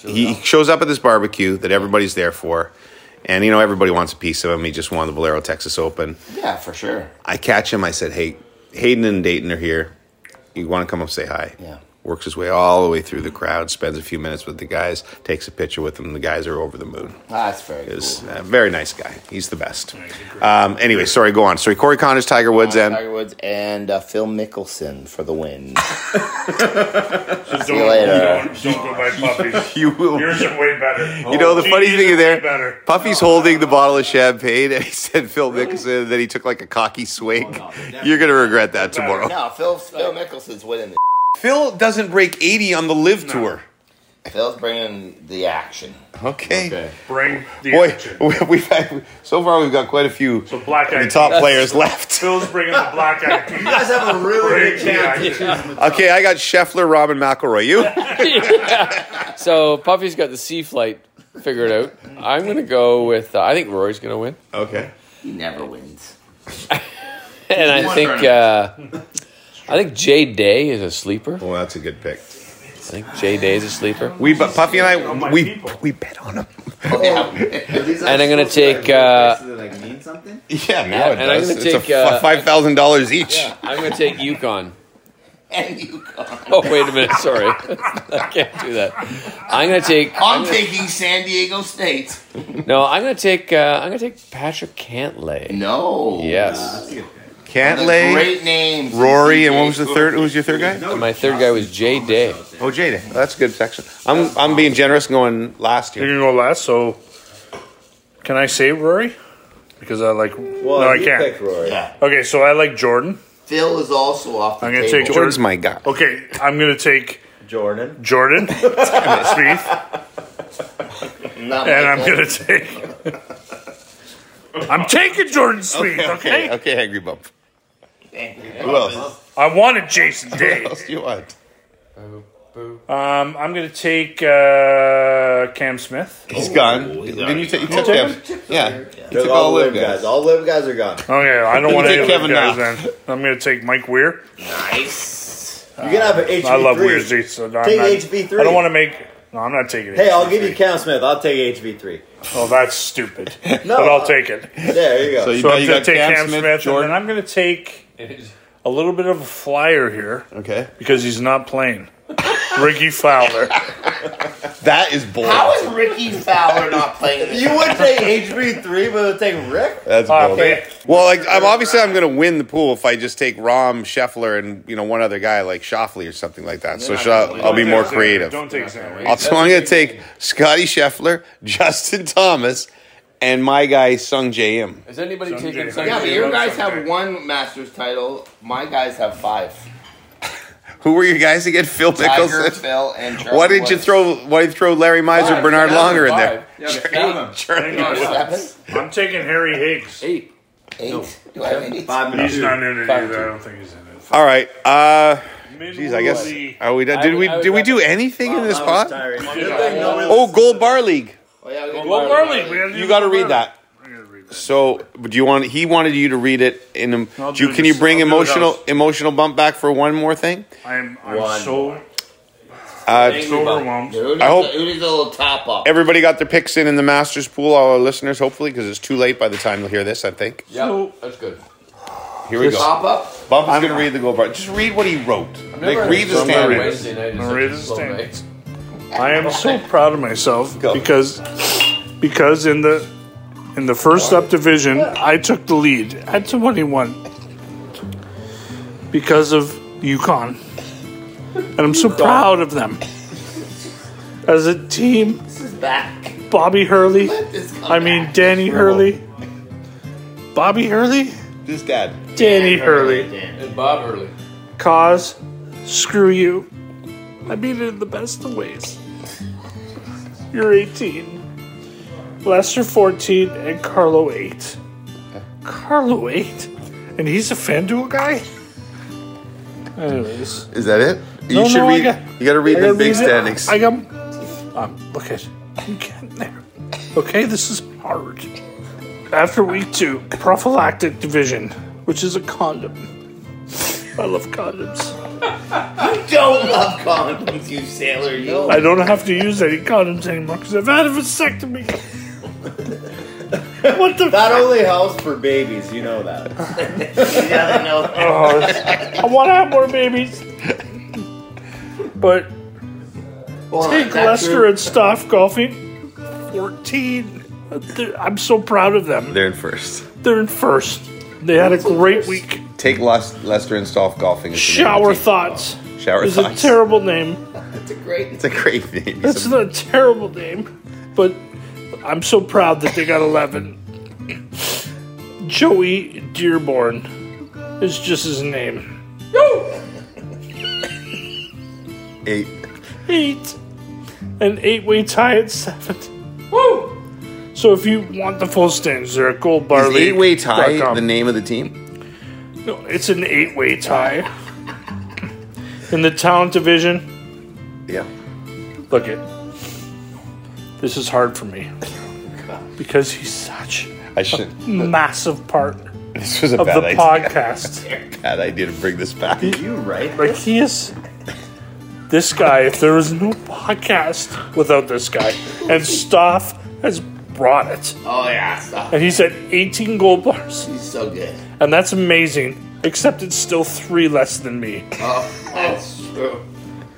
Speaker 1: he shows up at this barbecue that everybody's there for, and you know everybody wants a piece of him. He just won the Valero Texas Open.
Speaker 5: Yeah, for sure.
Speaker 1: I catch him. I said, "Hey, Hayden and Dayton are here. You want to come up say hi?"
Speaker 5: Yeah.
Speaker 1: Works his way all the way through the crowd, spends a few minutes with the guys, takes a picture with them. The guys are over the moon
Speaker 5: Ah, that's very
Speaker 1: is
Speaker 5: cool.
Speaker 1: a very nice guy. He's the best. Um, anyway, sorry, go on. Sorry, Corey Connors, Tiger Woods, and
Speaker 5: Tiger Woods and uh, Phil Mickelson for the win.
Speaker 3: So don't,
Speaker 5: you later.
Speaker 3: Don't, don't go by puppies.
Speaker 1: you will.
Speaker 3: Yours are way better. Oh,
Speaker 1: You know the funny thing is
Speaker 3: there.
Speaker 1: there.
Speaker 3: Better. Oh.
Speaker 1: Puffy's holding the bottle of champagne, and he said Phil Mickelson, and then he took like a cocky
Speaker 3: Oh,
Speaker 1: swig. You're gonna regret that tomorrow.
Speaker 5: no, Phil Phil Mickelson's winning.
Speaker 1: Phil doesn't break 80 on the Live tour.
Speaker 5: The, Phil's bringing the action.
Speaker 1: Okay.
Speaker 3: Bring the
Speaker 1: Boy,
Speaker 3: action.
Speaker 1: we- we've had, so far we've got quite a few
Speaker 3: So black
Speaker 1: of the
Speaker 3: eyed
Speaker 1: top
Speaker 3: peas.
Speaker 1: players left.
Speaker 3: Phil's bringing the black eyed peas. You guys have a really big chance.
Speaker 1: Okay, I got Scheffler, Robin McElroy. You?
Speaker 4: So Puffy's got the C flight figured out. I'm gonna go with. Uh, I think Rory's gonna win,
Speaker 1: Okay.
Speaker 5: He never wins.
Speaker 4: and I think. Uh, I think Jay Day is a sleeper.
Speaker 1: Well, that's a good pick.
Speaker 4: I think Jay Day is a sleeper.
Speaker 1: We, but Puffy and I,
Speaker 3: my
Speaker 1: we
Speaker 3: people.
Speaker 1: we bet on him.
Speaker 2: and
Speaker 4: I'm gonna take, uh,
Speaker 2: like mean something?
Speaker 1: Yeah, now
Speaker 4: Yeah,
Speaker 1: it
Speaker 4: and I'm
Speaker 1: does.
Speaker 4: gonna
Speaker 1: it's
Speaker 4: take,
Speaker 1: a
Speaker 4: uh,
Speaker 1: five thousand dollars each.
Speaker 4: I'm gonna take Yukon.
Speaker 5: And you gone.
Speaker 4: Oh wait a minute, sorry, I can't do that. I'm gonna take.
Speaker 5: I'm taking San Diego State.
Speaker 4: No, I'm gonna take. Uh, I'm gonna take Patrick Cantlay.
Speaker 5: No.
Speaker 4: Yes,
Speaker 1: Cantlay,
Speaker 5: Great names.
Speaker 1: Rory, and what was the third? Who was your third guy?
Speaker 4: and my third guy was Jay Day.
Speaker 1: Oh, Jada. Well, that's a good section. I'm I'm being generous and going last
Speaker 3: You're
Speaker 1: here.
Speaker 3: going to go last, so can I say Rory? Because I like. no, I can't.
Speaker 2: Rory.
Speaker 3: Okay, so I like Jordan.
Speaker 5: Phil is also off the
Speaker 3: I'm gonna
Speaker 5: table.
Speaker 3: take-
Speaker 1: Jordan's my guy.
Speaker 3: Okay, I'm going to take
Speaker 2: Jordan.
Speaker 3: Jordan Spieth,
Speaker 5: Not
Speaker 3: and I'm
Speaker 5: Michael.
Speaker 3: going to take. I'm taking Jordan Spieth. Okay,
Speaker 1: Okay, Angry Bump. Who else?
Speaker 3: I wanted Jason Day.
Speaker 1: Who else do you want?
Speaker 3: Um, I'm going to take uh, Cam Smith.
Speaker 1: He's gone. Then you, take you Oh, took him. Yeah, you
Speaker 2: They're
Speaker 1: took all live guys.
Speaker 2: All live guys are gone.
Speaker 3: Okay, I don't
Speaker 1: You
Speaker 3: want
Speaker 1: take
Speaker 3: any of those
Speaker 1: Kevin
Speaker 3: guys.
Speaker 1: Knox.
Speaker 3: Then I'm going to take Mike Weir.
Speaker 5: Nice.
Speaker 2: You're gonna have an HB3.
Speaker 3: I love Weird So no, I'm
Speaker 2: Take
Speaker 3: not-
Speaker 2: HB3.
Speaker 3: I don't want to make. No, I'm not taking it.
Speaker 2: Hey, I'll give you Cam Smith. I'll take HB3.
Speaker 3: Oh, that's stupid.
Speaker 2: No,
Speaker 3: but I'll take it.
Speaker 2: There you go.
Speaker 1: So you,
Speaker 3: So
Speaker 1: now
Speaker 3: I'm
Speaker 1: you
Speaker 3: going
Speaker 1: got
Speaker 3: to take Cam,
Speaker 1: Cam,
Speaker 3: Smith, and
Speaker 1: Jordan.
Speaker 3: then I'm going to take a little bit of a flyer here
Speaker 1: okay,
Speaker 3: because he's not playing. Ricky Fowler. Ah,
Speaker 1: that is bold.
Speaker 5: How is Ricky Fowler not playing this?
Speaker 2: you would take HB3, but would take Rick.
Speaker 1: That's
Speaker 3: Ah,
Speaker 1: bold.
Speaker 3: man.
Speaker 1: Well, like I'm obviously I'm going to win the pool if I just take Rom, Scheffler, and you know one other guy like Shoffley or something like that. So Sha- I'll be
Speaker 3: Don't
Speaker 1: more
Speaker 3: take-
Speaker 1: creative.
Speaker 3: Don't take Sam.
Speaker 1: I'll- So I'm going to take Scotty Scheffler, Justin Thomas, and my guy Sung J M.
Speaker 4: Is anybody
Speaker 3: Some
Speaker 4: taking?
Speaker 3: Jay.
Speaker 4: Some
Speaker 5: Yeah,
Speaker 4: Jay?
Speaker 5: but your guys have one Masters title. My guys have five.
Speaker 1: Who were you guys again? Phil
Speaker 5: Tiger,
Speaker 1: Mickelson.
Speaker 5: Phil, and Charlie.
Speaker 1: Why did you
Speaker 5: Woods.
Speaker 1: throw? Why did you throw Larry Miser, Bernard Longer in there?
Speaker 3: Hang on.
Speaker 5: Seven?
Speaker 3: I'm taking Harry Higgs.
Speaker 4: Eight.
Speaker 5: Eight? Do I have eight?
Speaker 2: Five
Speaker 3: He's
Speaker 2: minutes.
Speaker 3: not in it either. I don't think he's in
Speaker 1: All right. Uh,
Speaker 3: it.
Speaker 1: geez, I guess.
Speaker 3: Minwoo Lee.
Speaker 1: Are we done?
Speaker 4: I
Speaker 1: Did
Speaker 4: would-
Speaker 1: we?
Speaker 4: I would
Speaker 1: Did we do
Speaker 4: rather-
Speaker 1: anything in this
Speaker 2: That was
Speaker 1: pod?
Speaker 2: tiring.
Speaker 1: Oh, Gold Bar League.
Speaker 5: Oh, yeah, we got
Speaker 4: Well,
Speaker 5: Barley.
Speaker 4: Barley,
Speaker 3: We haven't
Speaker 1: You
Speaker 3: even
Speaker 1: got to
Speaker 3: gone
Speaker 1: read
Speaker 3: down.
Speaker 1: that. So, do you want? He wanted you to read it in. A,
Speaker 3: I'll
Speaker 1: do you,
Speaker 3: do
Speaker 1: can
Speaker 3: this.
Speaker 1: you bring
Speaker 3: I'll do it
Speaker 1: emotional
Speaker 3: else.
Speaker 1: emotional bump back for one more thing?
Speaker 3: I'm,
Speaker 2: One.
Speaker 3: I'm so,
Speaker 1: Uh,
Speaker 3: so overwhelmed.
Speaker 5: Who needs,
Speaker 1: I hope-
Speaker 5: a, who needs a little top up?
Speaker 1: everybody got their picks in in the Masters pool. All our listeners, hopefully, because it's too late by the time they'll hear this. I think.
Speaker 4: Yeah, that's good.
Speaker 1: Here we go.
Speaker 5: top up?
Speaker 1: Bump is going to read the gold bar. Just read what he wrote. Like read the
Speaker 3: so
Speaker 1: standard.
Speaker 3: many-
Speaker 4: Wednesday night is
Speaker 3: Maria
Speaker 4: such a
Speaker 3: does
Speaker 4: slow
Speaker 3: stand.
Speaker 4: night.
Speaker 3: I am so proud of myself
Speaker 1: Go.
Speaker 3: because because in the in the first up division I took the lead at 21 because of UConn, and I'm so proud of them as a team.
Speaker 5: Back.
Speaker 3: Bobby Hurley,
Speaker 5: It's come
Speaker 3: I mean
Speaker 5: back.
Speaker 3: Danny Hurley, Bobby Hurley,
Speaker 1: This dad.
Speaker 3: Danny Hurley.
Speaker 11: And Bob Early.
Speaker 3: Cause, screw you. I mean it in the best of ways. You're 18. Lester 14 and Carlo 8. Carlo 8? And he's a FanDuel guy? Anyways.
Speaker 7: Is that it? You
Speaker 3: No,
Speaker 7: should
Speaker 3: no, I
Speaker 7: read.
Speaker 3: got-
Speaker 7: you got to read
Speaker 3: I
Speaker 7: the
Speaker 3: gotta
Speaker 7: big
Speaker 3: read it.
Speaker 7: standings.
Speaker 3: I got. Um, look at. I'm getting there. Okay, this is hard. After week two, prophylactic division, which is a condom. I love condoms.
Speaker 5: Don't love condoms, you sailor. You.
Speaker 3: I don't have to use any condoms anymore because I've had a vasectomy. what the?
Speaker 2: That only helps for babies, you know that.
Speaker 5: Yeah, they know that.
Speaker 3: Oh, I want to have more babies. But
Speaker 5: Well,
Speaker 3: Take
Speaker 5: that's
Speaker 3: Lester
Speaker 5: true.
Speaker 3: and Stoff golfing. 14. They're- I'm so proud of them.
Speaker 7: They're in first.
Speaker 3: They're in first. They had a great week.
Speaker 7: Take Les- Lester and Stoff golfing. is the name of the
Speaker 3: Shower
Speaker 7: team.
Speaker 3: Thoughts
Speaker 7: Shower
Speaker 3: is a
Speaker 7: thoughts.
Speaker 3: terrible name.
Speaker 7: it's a great name.
Speaker 3: That's not a terrible name, but I'm so proud that they got 11. Joey Dearborn is just his name.
Speaker 7: Eight.
Speaker 3: Eight. An eight way tie at seven. Woo! So if you want the full standings, they're at Gold Bar
Speaker 7: Is eight way tie
Speaker 3: league.com.
Speaker 7: the name of the team?
Speaker 3: No, it's an eight-way tie. In the talent division,
Speaker 7: Yeah.
Speaker 3: look it. This is hard for me because he's such
Speaker 7: I should.
Speaker 3: a massive part
Speaker 7: This was a
Speaker 3: of
Speaker 7: bad
Speaker 3: the
Speaker 7: idea.
Speaker 3: podcast.
Speaker 7: Bad idea to bring this back.
Speaker 2: You right?
Speaker 3: Like he is. This guy, if there was no podcast without this guy, and Stoff has brought it,
Speaker 5: Oh yeah, stop.
Speaker 3: and he's at 18 gold bars,
Speaker 5: He's so good.
Speaker 3: and that's amazing. Except it's still three less than me.
Speaker 5: Oh, that's true.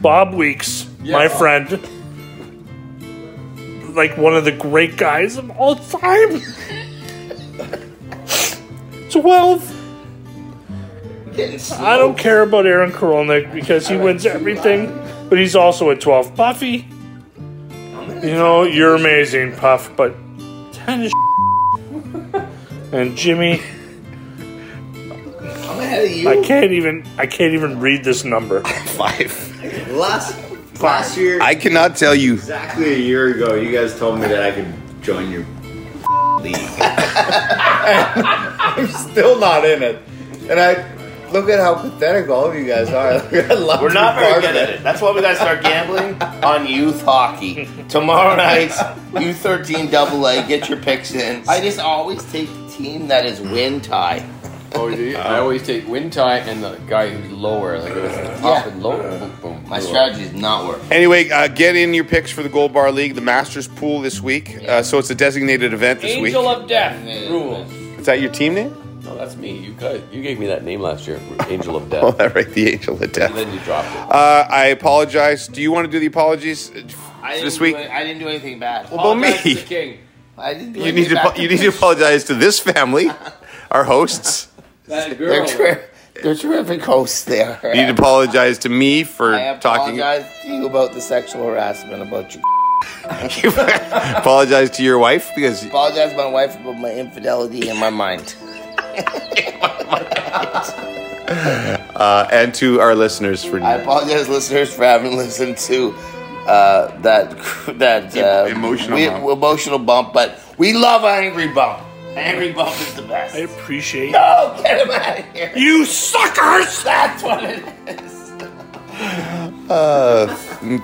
Speaker 3: Bob Weeks, my friend, like one of the great guys of all time. 12.
Speaker 5: Getting slow.
Speaker 3: I don't care about Aaron Karolnik because he wins everything, but he's also at 12. Puffy, you know, you're amazing, Puff, but 10 is And Jimmy,
Speaker 5: I'm ahead of you.
Speaker 3: I can't even I can't even read this number.
Speaker 7: Five.
Speaker 2: Last last year,
Speaker 7: I cannot tell you.
Speaker 2: exactly a year ago, you guys told me that I could join your league. I'm still not in it, and I look at how pathetic all of you guys are. I love
Speaker 5: We're
Speaker 2: to
Speaker 5: not
Speaker 2: be
Speaker 5: very
Speaker 2: part of
Speaker 5: good at it. That's why we gotta start gambling on youth hockey. Tomorrow night's U13 double A, get your picks in. I just always take the team that is win tie.
Speaker 11: Oh, do you? I always take wind tie and the guy who's lower, like it was the top and lower. Boom, boom.
Speaker 5: My strategy is not working.
Speaker 1: Anyway, uh, get in your picks for the Gold Bar League, the Masters Pool this week. Uh, so it's a designated event this
Speaker 4: Angel
Speaker 1: week.
Speaker 4: of Death
Speaker 11: Yeah.
Speaker 4: rules.
Speaker 1: Is that your team name?
Speaker 11: No, Oh, that's me. You got, you gave me that name last year, Angel of
Speaker 1: Oh,
Speaker 11: Death.
Speaker 1: that right, the Angel of
Speaker 11: and
Speaker 1: Death.
Speaker 11: then you dropped it.
Speaker 1: Uh, I apologize. Do you want to do the apologies uh,
Speaker 5: I didn't
Speaker 1: this
Speaker 5: do
Speaker 1: week?
Speaker 5: any- I didn't do anything bad.
Speaker 1: Well, about
Speaker 4: Apologize to the
Speaker 1: me.
Speaker 4: King.
Speaker 5: I didn't do
Speaker 1: You
Speaker 5: anything
Speaker 1: need to
Speaker 5: bad.
Speaker 1: apo- you need to apologize to this family, our hosts.
Speaker 4: That
Speaker 5: They're,
Speaker 4: girl.
Speaker 5: ter- they're terrific hosts there.
Speaker 1: You need to apologize to me
Speaker 5: I
Speaker 1: for talking.
Speaker 5: apologize to you about the sexual harassment about you.
Speaker 1: apologize to your wife because
Speaker 5: Apologize to my wife about my infidelity in my mind.
Speaker 1: uh, and to our listeners for
Speaker 5: I apologize, listeners, for having listened to uh, that that uh,
Speaker 1: Emotional
Speaker 5: we-
Speaker 1: bump.
Speaker 5: emotional bump. But we love Angry Bump. Angry Bump is the
Speaker 3: I
Speaker 5: best.
Speaker 3: appreciate
Speaker 5: Oh, get him out of here!
Speaker 3: you suckers!
Speaker 5: That's what it is.
Speaker 1: uh,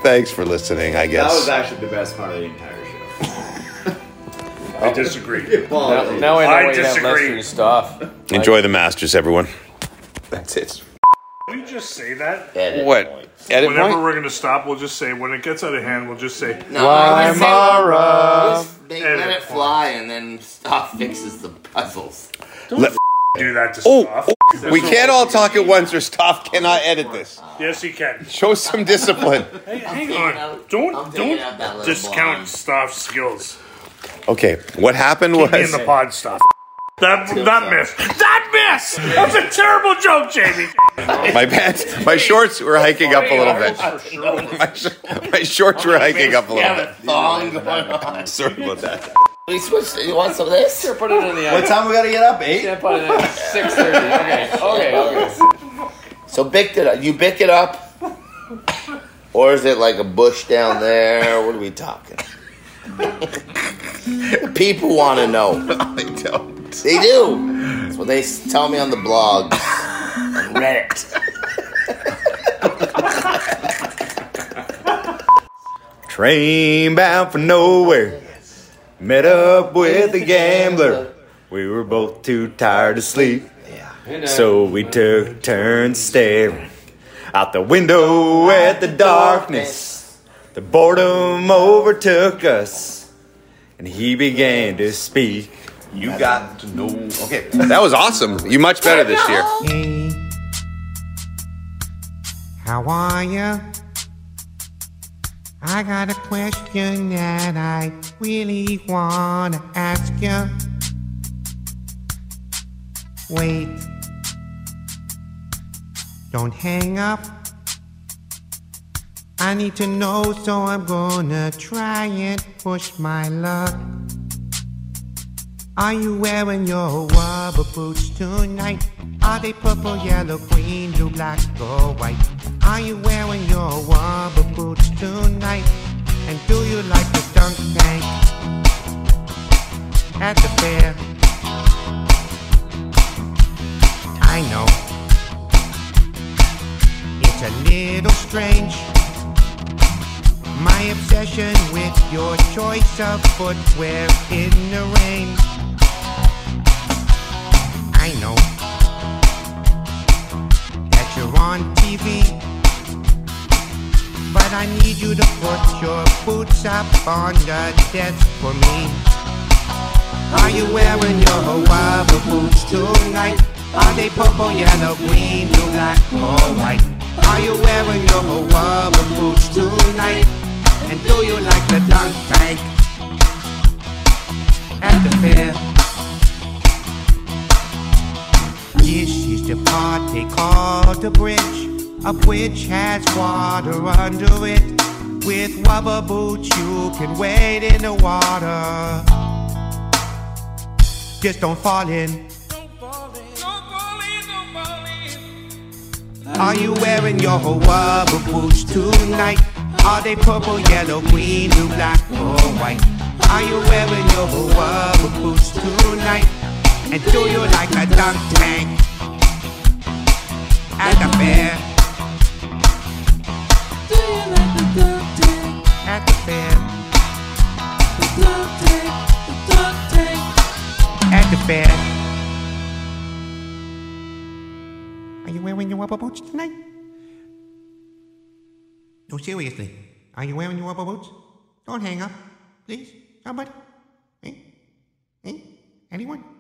Speaker 1: thanks for listening. I
Speaker 2: That was
Speaker 1: guess
Speaker 2: actually the best part of the entire show.
Speaker 3: I disagree.
Speaker 11: Now, now I know
Speaker 3: I
Speaker 11: why you have
Speaker 3: disagree.
Speaker 11: Lester and stuff.
Speaker 1: enjoy the Masters, everyone. That's it.
Speaker 3: We just say that.
Speaker 1: What? Edit
Speaker 3: Whenever
Speaker 1: point?
Speaker 3: we're gonna stop, we'll just say when it gets out of hand, we'll just say
Speaker 5: No, I was
Speaker 1: Mara.
Speaker 5: saying, they let it fly, and then Stop fixes the puzzles.
Speaker 3: do that to
Speaker 1: Oh,
Speaker 3: Stoff.
Speaker 1: oh, we can't all talk at once, or Stoff cannot edit this.
Speaker 3: Yes, you can.
Speaker 1: Show some discipline.
Speaker 3: Hang
Speaker 5: taking
Speaker 3: on.
Speaker 5: out-
Speaker 3: don't
Speaker 5: I'm taking out that
Speaker 3: don't
Speaker 5: little
Speaker 3: discount
Speaker 5: blonde.
Speaker 3: Stoff's skills.
Speaker 1: Okay, what happened
Speaker 3: Keep me in
Speaker 1: was
Speaker 3: the pod, Stoff. That that miss. That miss. That's a terrible joke, Jamie.
Speaker 1: my pants, my shorts were hiking up a little bit. My, sh- my shorts were hiking up a little bit.
Speaker 5: Thong going on.
Speaker 1: Sorry about that.
Speaker 5: We switched. You want some of this?
Speaker 11: Put it in the
Speaker 2: What
Speaker 11: oven.
Speaker 2: time we gotta get up? Eight?
Speaker 11: Yeah, put it in six thirty. Okay, okay, okay.
Speaker 5: So bicked it up. You bicked it up, or is it like a bush down there? What are we talking? People want to know.
Speaker 7: I don't.
Speaker 5: They do. That's what they s- tell me on the blogs, on Reddit.
Speaker 2: Train bound for nowhere. Met up with a gambler. We were both too tired to sleep. So we took turns staring out the window at the darkness. The boredom overtook us, and he began to speak.
Speaker 7: You got to know. Okay, that was awesome. You much better this year.
Speaker 12: Hey, how are you? I got a question that I really wanna ask you. Wait, don't hang up. I need to know, so I'm gonna try and push my luck. Are you wearing your rubber boots tonight? Are they purple, yellow, green, blue, black, or white? Are you wearing your rubber boots tonight? And do you like the dunk tank at the fair? I know it's a little strange. My obsession with your choice of footwear in the rain. I know that you're on TV, but I need you to put your boots up on the desk for me. Are you wearing your Hawaii boots tonight? Are they purple, yellow, green, blue, black, or white? Are you wearing your Hawaii boots tonight? And do you like the dunk tank at the fair? This is the part they call the bridge, up which has water under it. With rubber boots, you can wade in the water. Just don't fall in. Are you wearing your rubber boots tonight? Are they purple, yellow, green, blue, black, or white? Are you wearing your rubber boots tonight? And do you like a dunk tank at the fair? At the fair. At the fair. Are you wearing your rubber boots tonight? No, seriously. Are you wearing your rubber boots? Don't hang up. Please. Somebody. Eh? Eh? Anyone?